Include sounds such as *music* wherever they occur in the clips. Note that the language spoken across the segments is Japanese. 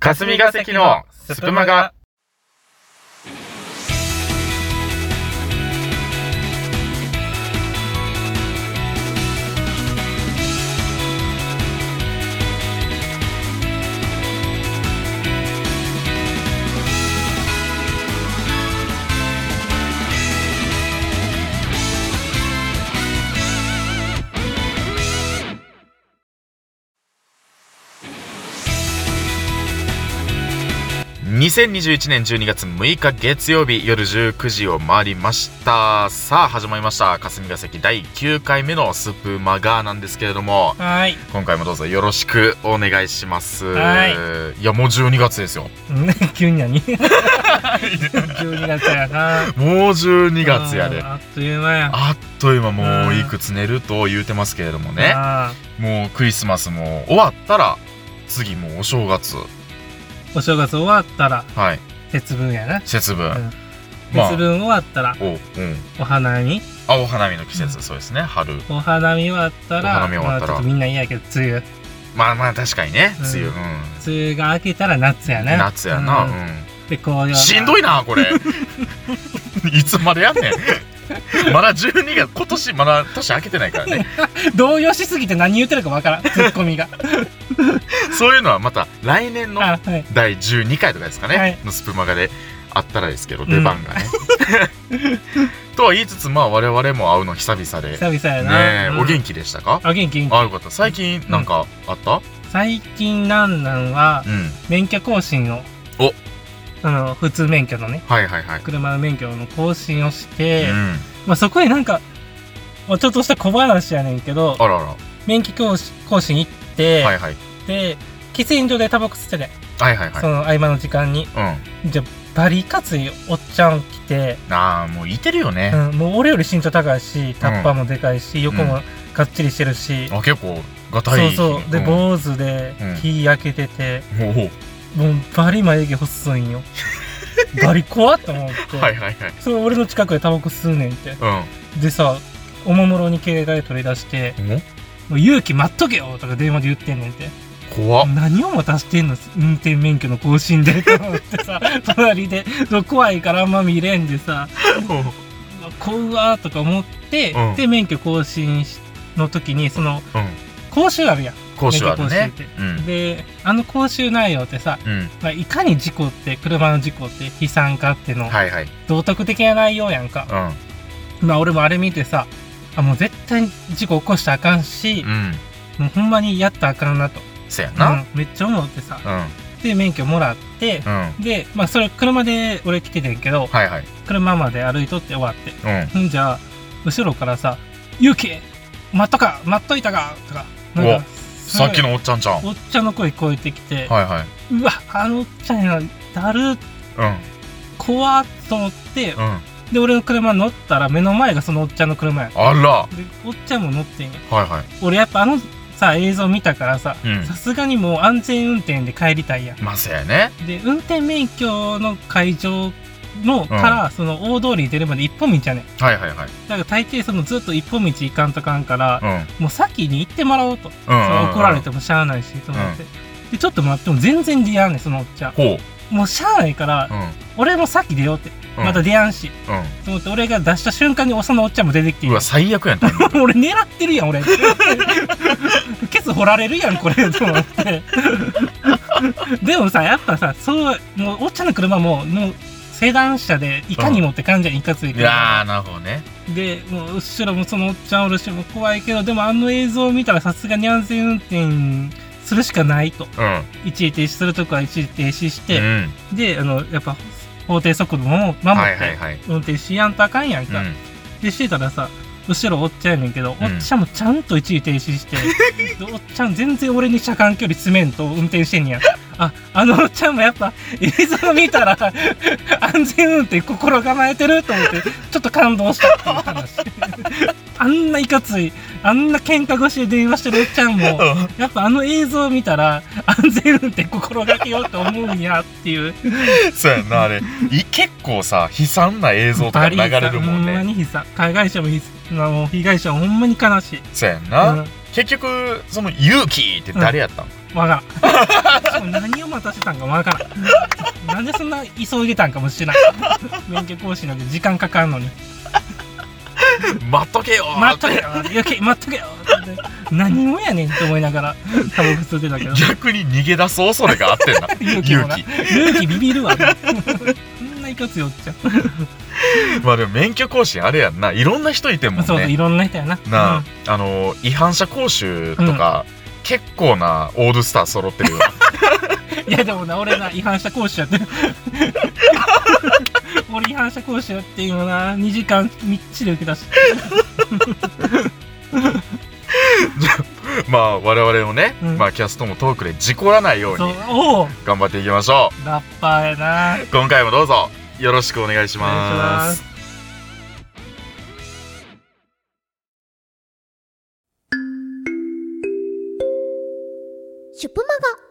霞が関のスプマガ。2021年12月6日月曜日夜19時を回りましたさあ始まりました霞が関第9回目のスプマガなんですけれども *laughs* はい。今回もどうぞよろしくお願いしますはいやもう12月ですよね急に *laughs* 何 ?12 月やな。もう12月やであーあっという間や。あっという間もういくつ寝ると言うてますけれどもねあもうクリスマスも終わったら次もうお正月ーお正月終わったら、はい節分やな。節分、うんまあ節分終わったら、おうんお花見あお花見の季節、そうですね春お花見終わったら、お花見終わったらまあちょっとみんな嫌やけど、梅雨。まあまあ確かにねうん梅雨、うん梅雨が明けたら夏やね。夏やな、ううんで、紅葉ん、が。しんどいなこれ *laughs* いつまでやんねんまだ12月今年まだ年明けてないからね動揺しすぎて何言ってるかわからん。ツッコミが。そういうのはまた来年 *laughs* のあ、はい。第12回とかですかね、はいのスプマガであったらですけど出番 *laughs* がね、とは言いつつまあ我々も会うの久々でね久々やな。えうんお元気でしたか、あ、元気元気あよかった最近なんかあった最近なんなんはう、ん、免許更新を。おあの、普通免許のね。はいはいはい、車の免許の更新をして、うん、まあ、そこでなんか、まあちょっとした小話やねんけど、あらら、免許更新更新行って、はいはいで、喫煙所でタバコ吸ってて、はいはいはいその合間の時間に。うじゃ、バリカツいおっちゃん来て、んああもういてるよね、うん、もう俺より身長高いし、タッパーもでかいし、横もがっちりしてるし、あ結構がたそういそう、で、ん坊主でうん日焼けてて、おおもうバリ眉毛細い *laughs* んよ。バリ怖っと思って、はいはいはいそれ俺の近くでタバコ吸うねんって。うでさ、おもむろに携帯取り出して、んおもう勇気待っとけよとか電話で言ってんねんて。怖っ *laughs* 何を待たしてんの運転免許の更新でと思っ *laughs* てさ、隣で、怖いからあんま見れんでさ、怖うわーとか思って、うんで、免許更新しの時に、その、うん講習あるやん。講習ある免ね許講習ってうんで、あの講習内容ってさ、うんまあ、いかに事故って、車の事故って悲惨かっての、はいはい道徳的な内容やんか。うまあ俺もあれ見てさ、あ、もう絶対に事故起こしたらあかんし、んうんもうほんまにやったらあかんなと。せやなうんめっちゃ思ってさ。うんで、免許もらって、うんで、まあそれ車で俺来ててんけど、はいはい車まで歩いとって終わって。うんんじゃあ、後ろからさ、勇気待っとか待っといたかとか、なんうわか、すごさいっき。のおっちゃんちゃんはいおっちゃんの声聞こえてきて、はいうわ、あのおっちゃんや、だる、う怖っと思って、んうんで、俺の車乗ったら目の前がそのおっちゃんの車やん。で、あらはおっちゃんも乗ってんや。いはい俺やっぱあのさ、映像見たからさ、うんさすがにもう安全運転で帰りたいやん。まあせやねで運転免許の会場のから、その大通りに出るまで一本道やねんはいはいはいだから大抵そのずっと一本道行かんとかんから、うんもう先に行ってもらおうと、うんそうんうんの怒られてもしゃあないしと思って、でちょっと待っても全然出やんねんそのおっちゃんほうもうしゃあないから、うん俺も先出ようってうんまた出やんし、うと思って俺が出した瞬間にそのおっちゃんも出てきてんうわ最悪やん *laughs* 俺狙ってるやん俺 *laughs* ケツ掘られるやんこれと思って *laughs* でもさやっぱさそうもうおっちゃんの車ももうセダン車でいかにもって感じやんいかついいけどやーなるほどねでもう後ろもそのおっちゃんおるしもう怖いけどでもあの映像を見たらさすがに安全運転するしかないとうん一時停止するとこは一時停止しうて、んであのやっぱ法定速度も守って、はいはいはい運転しやんとあかんやんうか、んでしてたらさ後ろおっちゃんやねんけど、うんおっちゃんもちゃんと一時停止してでおっちゃん全然俺に車間距離詰めんと運転してんねやああのおっちゃんもやっぱ映像見たら安全運転心構えてると思ってちょっと感動したっていう話あんないかついあんな喧嘩越しで電話してるおっちゃんもやっぱあの映像見たら安全運転心がけようと思うんやっていう *laughs* そうやんなあれい結構さ悲惨な映像とか流れるもんほんまねに被災海外者も被災もう被害者もほんまに悲しいそうやんな、うん結局その勇気って誰やったの、わからんしかも何を待たせたんかわからんなんでそんな急いでたんかもしれない免許更新なんて時間かかるのに待っとけよ待っとけよ余計待っとけよって何もやねんって思いながらタバコ吸ってたけど逆に逃げ出す恐れがあってん *laughs* な勇気もな勇気ビビるわそんないかつよっちゃまあでも免許更新あれやんないろんな人いてんもんねそうそういろんな人やななあ、うんあの違反者講習とか、結構なオールスター揃ってる *laughs* よいやでもな俺な違反者講師やって *laughs* 俺違反者講師やっていうのな2時間みっちり受けたしまあ我々もね、うんまあキャストもトークで事故らないようそうにおお頑張っていきましょラッパーやなう *laughs* 今回もどうぞよろしくお願いしお願まいしますシュプマガ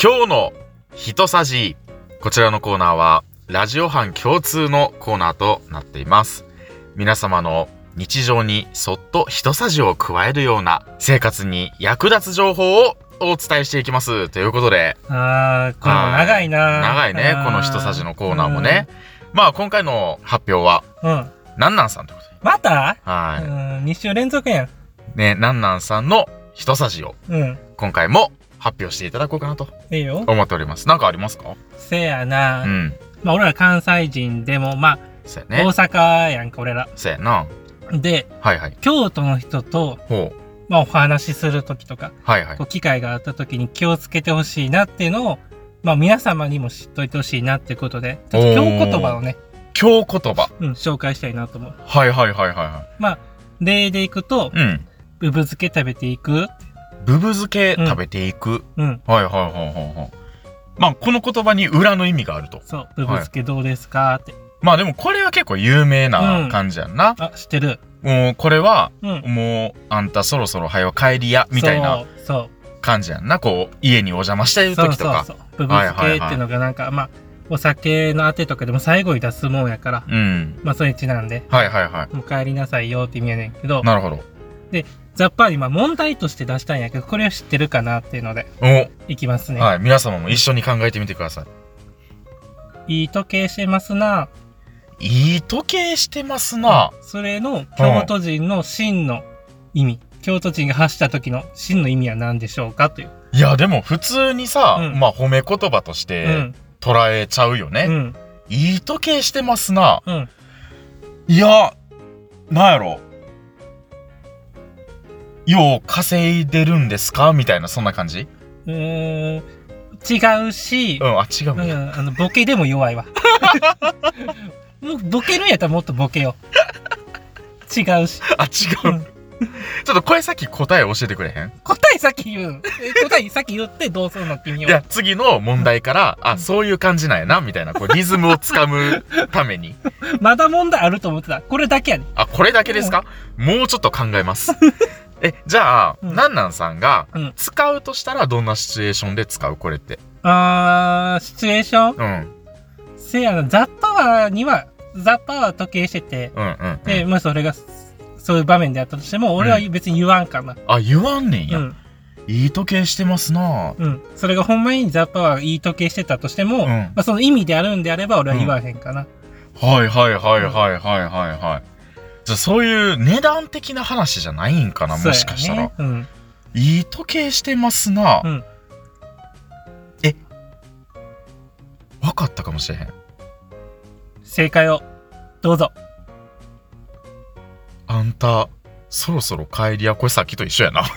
今日の人さじこちらのコーナーはラジオ班共通のコーナーとなっています皆様の日常にそっと人さじを加えるような生活に役立つ情報をお伝えしていきますということであーこれも長いな長いねこの人さじのコーナーもね、まあ今回の発表はうん、うんなんなんさんということでまた、うはん、2週連続やんいねなんなんさんの人さじをうん今回も発表していただこうかなといいよ思っておりますなんかありますかせやな、うんまあ俺ら関西人でもまあ、そうや大ね阪やんか俺らそうやなではいはい京都の人と、ほうまあ、お話しする時とかはいはいこう機会があった時に気をつけてほしいなっていうのを、まあ、皆様にも知っといてほしいなっていうことで、ちょっと今日言葉をね、今日言葉うん、紹介したいなと思う。はいはいはいはいは例でいくと、いうんぶぶ漬け食べていく。ブブ漬け食べていく、うん。はいはいはいはいはいまあこの言葉に裏の意味があるとそう、ぶぶ漬けどうですかって。まあでもこれは結構有名な感じやんな、あ、知ってる。もうこれはうん。もうあんたそろそろはよ帰りやみたいなそう。感じやんなこう家にお邪魔してそう。る時とそうそうかそう。ぶぶ漬けっていうのがなんか、まあ、お酒のあてとかでも最後に出すもんやから、うんまあ、それにちなんで、はいはいはもう帰りなさいよって意味やねんけどい、なるほどざっぱりまあ問題として出したんやけど、これを知ってるかなっていうので、お、いきますね。はい皆様も一緒に考えてみてくださいい時計してますな。いいい時計してますなそれの京都人の真の意味、京都人が発した時の真の意味は何でしょうかという。いやでも普通にさ、うんまあ褒め言葉として捉えちゃうよね、うん。うん。いい時計してますなうん。いやなんやろよう稼いでるんですかみたいなそんな感じうーん違うしう、んあ違うなんねかあのボケでも弱 *laughs* いわ。もうボケるんやったらもっとボケよう。違うし。あ違う、うんちょっとこれさっき答え教えてくれへん答えさっき言う。え答えさっき言ってどうするの君いを。や次の問題からあそういう感じなんやなみたいなこうリズムをつかむためにまだ問題あると思ってた。これだけやね。あこれだけですかもうちょっと考えますえじゃあ、うんなんなんさんがうん使うとしたらどんなシチュエーションで使うこれってあー、シチュエーションうんせやな、ザッパワーには、ザッパワー時計してて、うんうん、うで、ん、まあそれが、そういう場面であったとしても、俺は別に言わんかな。あ言わんねんうや、ん。いい時計してますなぁうん。それがほんまにザッパワーいい時計してたとしても、うんまあその意味であるんであれば、俺は言わへんかな。はいはいはいはいはいはいはいじゃあそういう値段的な話じゃないんかなそうやねもしかしたら、うん。いい時計してますな、うんえわかったかもしれへん正解を、*laughs* どうぞ。あんたそろそろ帰りやこれさっきと一 *laughs* 緒やなこ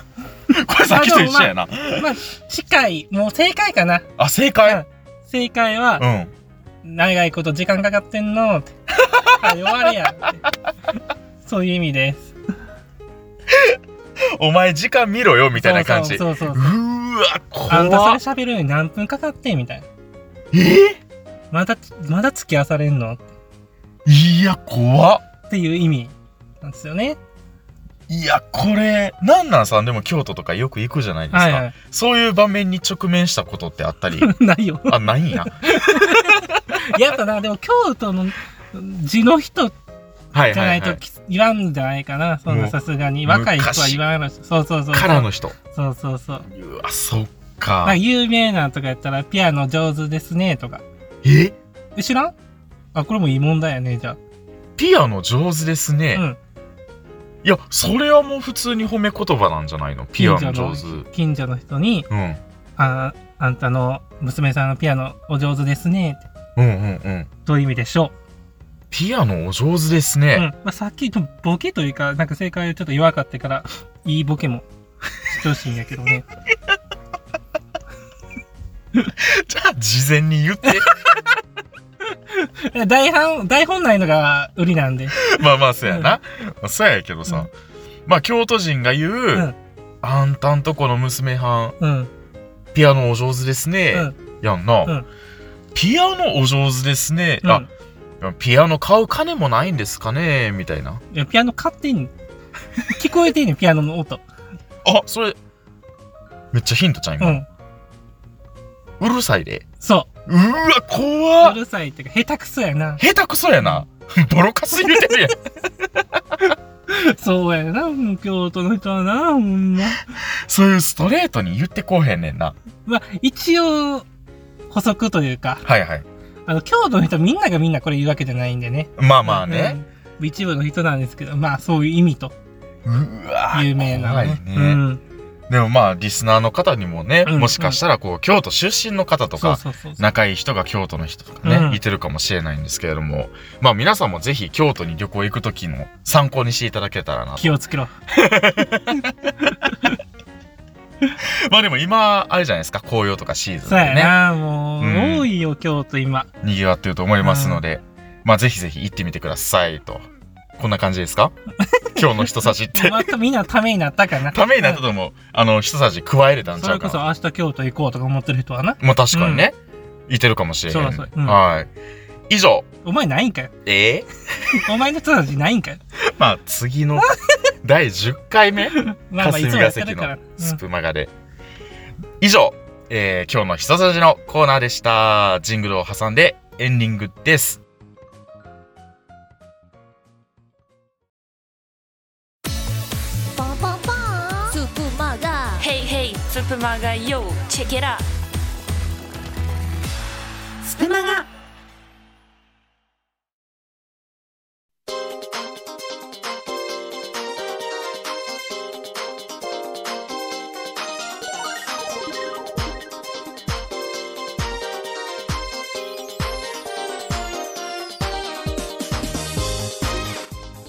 れさっきと一緒やなまあ、近い、もう正解かな。あ正解正解はう、ん長いこと時間かかってんのって。終われや *laughs* って。そういう意味です。お前時間見ろよみたいな感じうそうそうそうそう。ーわあんたそ怖れっ喋るのに何分かかってんみたいな。えまだ、まだ付き合わされんのいや怖っっていう意味なんですよね。いやこれなんなんさんでも京都とかよく行くじゃないですか、はいはそういう場面に直面したことってあった *laughs* りい。ないよ。あないんややっぱな、でも京都の地の人はいじゃなはいいはといき言わんじゃないかな。そんもなうさすがに。若い人は言わんやろし。そうそうそう。からの人そうそうそう。うわそっなんかか有名なんとかやったら、ピアノ上手ですね、とか。ええ知らんあ、これもいい問題やね、じゃピアノ上手ですあ。ね、うん。いやそれはもう普通に褒め言葉なんじゃないのピアノ上手近所の人に、うんああんたの娘さんのピアノお上手ですねってうんうんうんどういう意味でしょピアノお上手ですう、うんね、まあ、さっきのボケというかなんか正解ちょっと弱かったからいいボケも *laughs* してほしいんやけどね *laughs* じゃあ事前に言 *laughs* って台本台本ないのが売りなんでまあまあそうやな、まあそうやけどさ、うんまあ京都人が言う、んあんたんとこの娘はんうんピアノお上手ですね、うんやんな、うんピアノお上手ですね、うんあピアノ買う金もないんですかねみたいないやピアノ買ってんの *laughs* 聞こえてんねんピアノの音あそれめっちゃヒントちゃんう今、んうるさいでそうーわ怖うっるさいっていうか下手くそやな下手くそやな *laughs* ボロカス入れてるやんそうやなうん京都の人はなほんまそういうストレートに言ってこうへんねんなまあ一応補足というかはいはいあの京都の人みんながみんなこれ言うわけじゃないんでねまあまあね、、うん一部の人なんですけどまあそういう意味とうわー有名な怖いねね、うん、でもまあリスナーの方にもね、うんもしかしたらこう京都出身の方とそうかそうそうそう仲いい人が京都の人とかね、うんいてるかもしれないんですけれどもまあ皆さんもぜひ京都に旅行行く時の参考にしていただけたらなと気をつけろまあでも今あれじゃないですか紅葉とかシーズンでそうやねな、もう、うん多いよ京都今にぎわってると思いますので、まあぜひぜひ行ってみてくださいとこんな感じです *laughs* か今日の人差しってまたみんなためになったかなためになったともあの人差し加えれたうんんちそゃれうかこなそ明日京都行こうとか思ってる人はなまあ確かにね、いてるかもしれへんそうそううんはい以上お前ないんかよええお前の人たちないんかよ *laughs* まあ次 *laughs* の第10回目まあまあい霞つもがやって関るからのスプマガで、以上、えー今日の「ひとさじ」のコーナーでしたジングルを挟んでエンディングですパパパースプマガ Hey hey, スプマガ yo, check it out. スプマガ。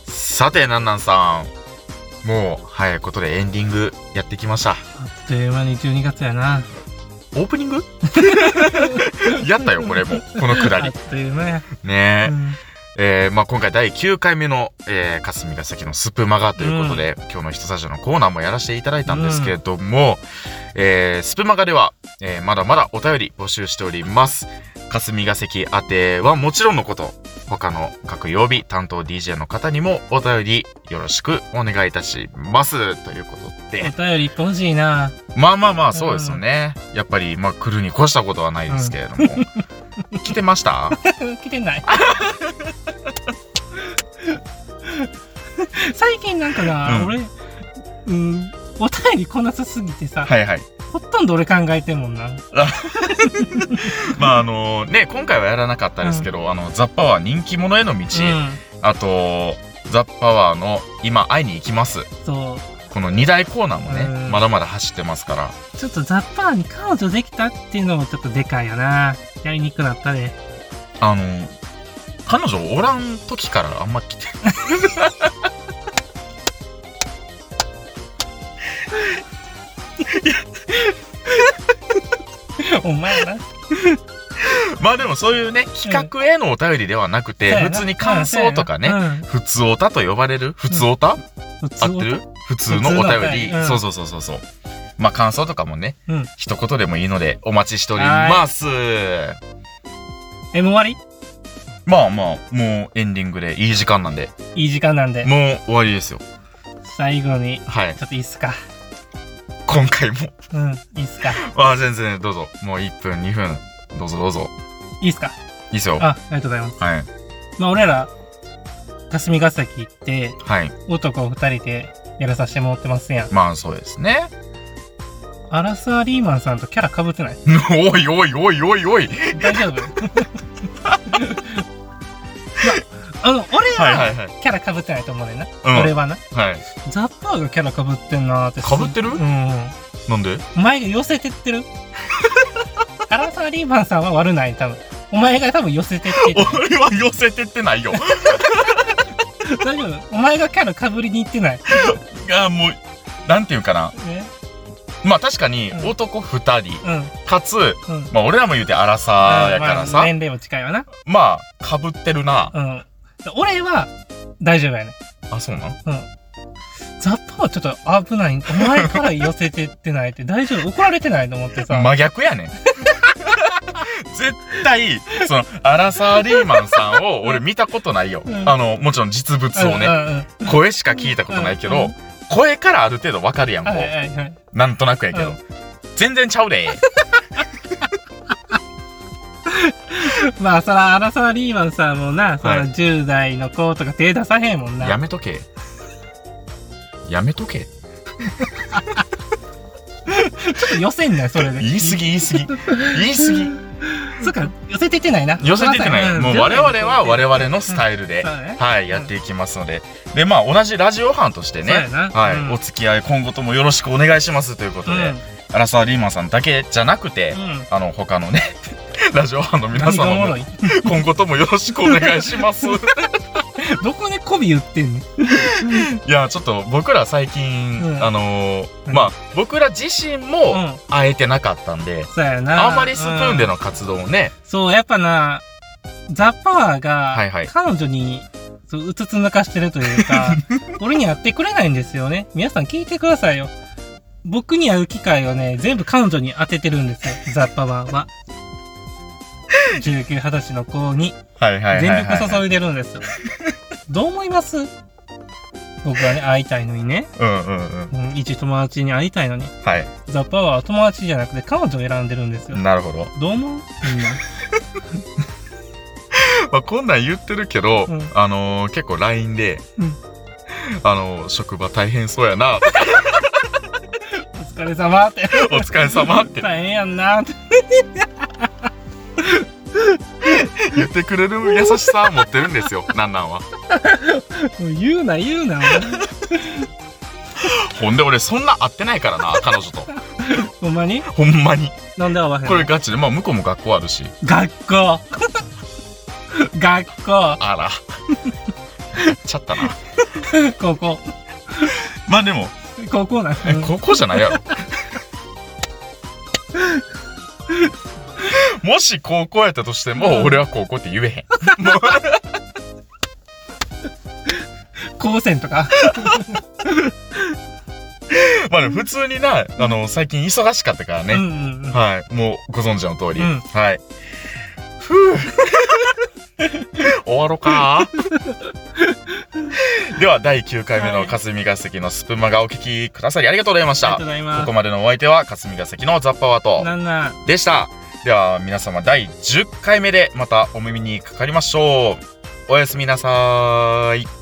さてなんなんさんもう早いことでエンディングやってきましたうんあっという間に12月やなオープニング *laughs* やったよこれもこのくだありっという間や、ねえ、うんえーまあ、今回第9回目の、えー霞が関のスプマガということで、今日の「ひとさじ」のコーナーもやらせていただいたんですけれども、えースプマガでは、えーまだまだお便り募集しております。霞が関宛てはもちろんのこと他の各曜日担当 DJ の方にもお便りよろしくお願いいたしますということでお便り一本欲しいなまあまあまあそうですよね、やっぱり、まあ、来るに越したことはないですけれ *laughs* ども、来てました来てない。 *laughs* 最近なんかな、うん俺、うん、お便りこなさすぎてさ、はいはいほとんど俺考えてんもんな。 *laughs* まああのね今回はやらなかったですけど、あのザッパワー人気者への道、うあとザッパワーの今会いに行きますん、そこの2大コーナーもね、うんまだまだ走ってますからう、ちょっとザッパーに彼女できたっていうのもちょっとでかいよな。やりにくくなっ *laughs* たで。あの彼女おらん時からあんま来てお前 *laughs* な。 *laughs* まあでもそういうね企画へのお便りではなくて、普通に感想とかね、うん普通おたと呼ばれる普通おた、普通合ってる普通のお普通のお便便り、りうんそうそうそうそうそうまあ感想とかもね、うん一言でもいいのでお待ちしておりますえ、もう終わまあまあもうエンディングでいい時間なんでりいい時間なんで。もう終わりですよ最後に、はいちょっといいっすか。今回もうん、いいっすか。あ全然どうぞもう1分2分どうぞどうぞいいっすか。いいっすよはあ、ありがとうございます。いまあ、俺ら、霞ヶ関行って、はい男二人でやらさせてもらってますやん。まあそうですね *laughs* アラサーリーマンさんとキャラ被ってないおいおいおいおいおい大丈夫 *laughs* いやあの、俺はいははいはいキャラ被ってないと思うねんな。うん俺はな。はいザッパーがキャラ被ってんなーって。被ってるうん。なんで *laughs* お前が寄せてってるアラサーリーマンさんは悪ない、多分。お前が多分寄せてってる。俺は寄せてってないよ *laughs* 大丈夫お前がキャラ被りに行ってない。いやもうなんていうかなね、まあ確かにうん男2人うん、うん。かつうんまあ俺らも言うて荒さやからまさあ年齢も近いわな。まあかぶってるなうん。俺は大丈夫やね。あそうなんザッパはちょっと危ない。お前から寄せてってないって *laughs* 大丈夫怒られてないと思ってさ。真逆やね *laughs* ん絶対そのアラサーリーマンさんを俺見たことないよ、うんあのもちろん実物をうんね、うんうん声しか聞いたことないけど、うん声からある程度わかるやんもう、はいはいはい。なんとなくやけど、うん全然ちゃうでまあそら、アラサーリーマンさんもな、そらはい10代の子とか手出さへんも *laughs* んな。やめとけやめとけちょっと寄せんなよ、それで。言い過ぎ言い過ぎ言い過そっか、寄せてってないな。ぎ寄せてってない、んもう我々は我々のスイタイルで、そうだねはい、やっていきますので、でまあ同じラジオ班としてねそうやなはいうんお付き合い今後ともよろしくお願いしますということうん。で、アラサーリーマンさんだけじゃなくて、うん。あの他のね *laughs* ラジオ班の皆何がお様もろもい今後ともよろしくお願いしますいどこで媚び言ってんのやちょっと僕ら最近、うんあのーうんまあ僕ら自身うもん。会えてなかったんで、そうやな。あんまりスプーンでうんの活動をね、そう、やっぱな、ザ・パワーがはいはい、彼女に、そううつつ抜かしてるとい *laughs* うか、俺にやってくれないんですよね。皆さん聞いてくださいよ。僕に会う機会をね、全部彼女に当ててるんですよ、ザ・パワ *laughs* ーは。19、20歳の子にはいはいはい全はい力注いでるんですよ。どう思います僕はね、会いたいのにね、うんうんうんうん一友達に会いたいのに、はいザ・パワーは友達じゃなくて彼女を選んでるんですよ。なるほど、どう思うみんな。まあ、こんなん言ってるけど、うんあのー結構 LINE で、うんあのー職場大変そうやなお疲れ様って。お疲れ様って大変やんなって。言ってくれる優しさを持ってるんですよなんなんはもう言うな言うな。ほんで俺そんな会ってない *laughs* からな彼女とほんまにほんまになんで会わへんのこれガチでまあ向こうも学校あるし学校 *laughs* 学校あらやっちゃったな高校 *laughs* まあでも高校なんえ高校じゃないやろもし高校やったとしても俺は高校って言 *laughs* えへん高専とか。まあでも普通になあの最近忙しかったからね、うんうんうん。はい、もうご存知の通り、うん *laughs* はい。ふう終わろか。では第9回目の霞が関のスプマがお聞きくださりありがとうございましあた。りがとこうございますこ。までのお相手は霞が関のザッパワとなんなんでした。では皆様第10回目でまたお耳にかかりましょう。おやすみなさーい。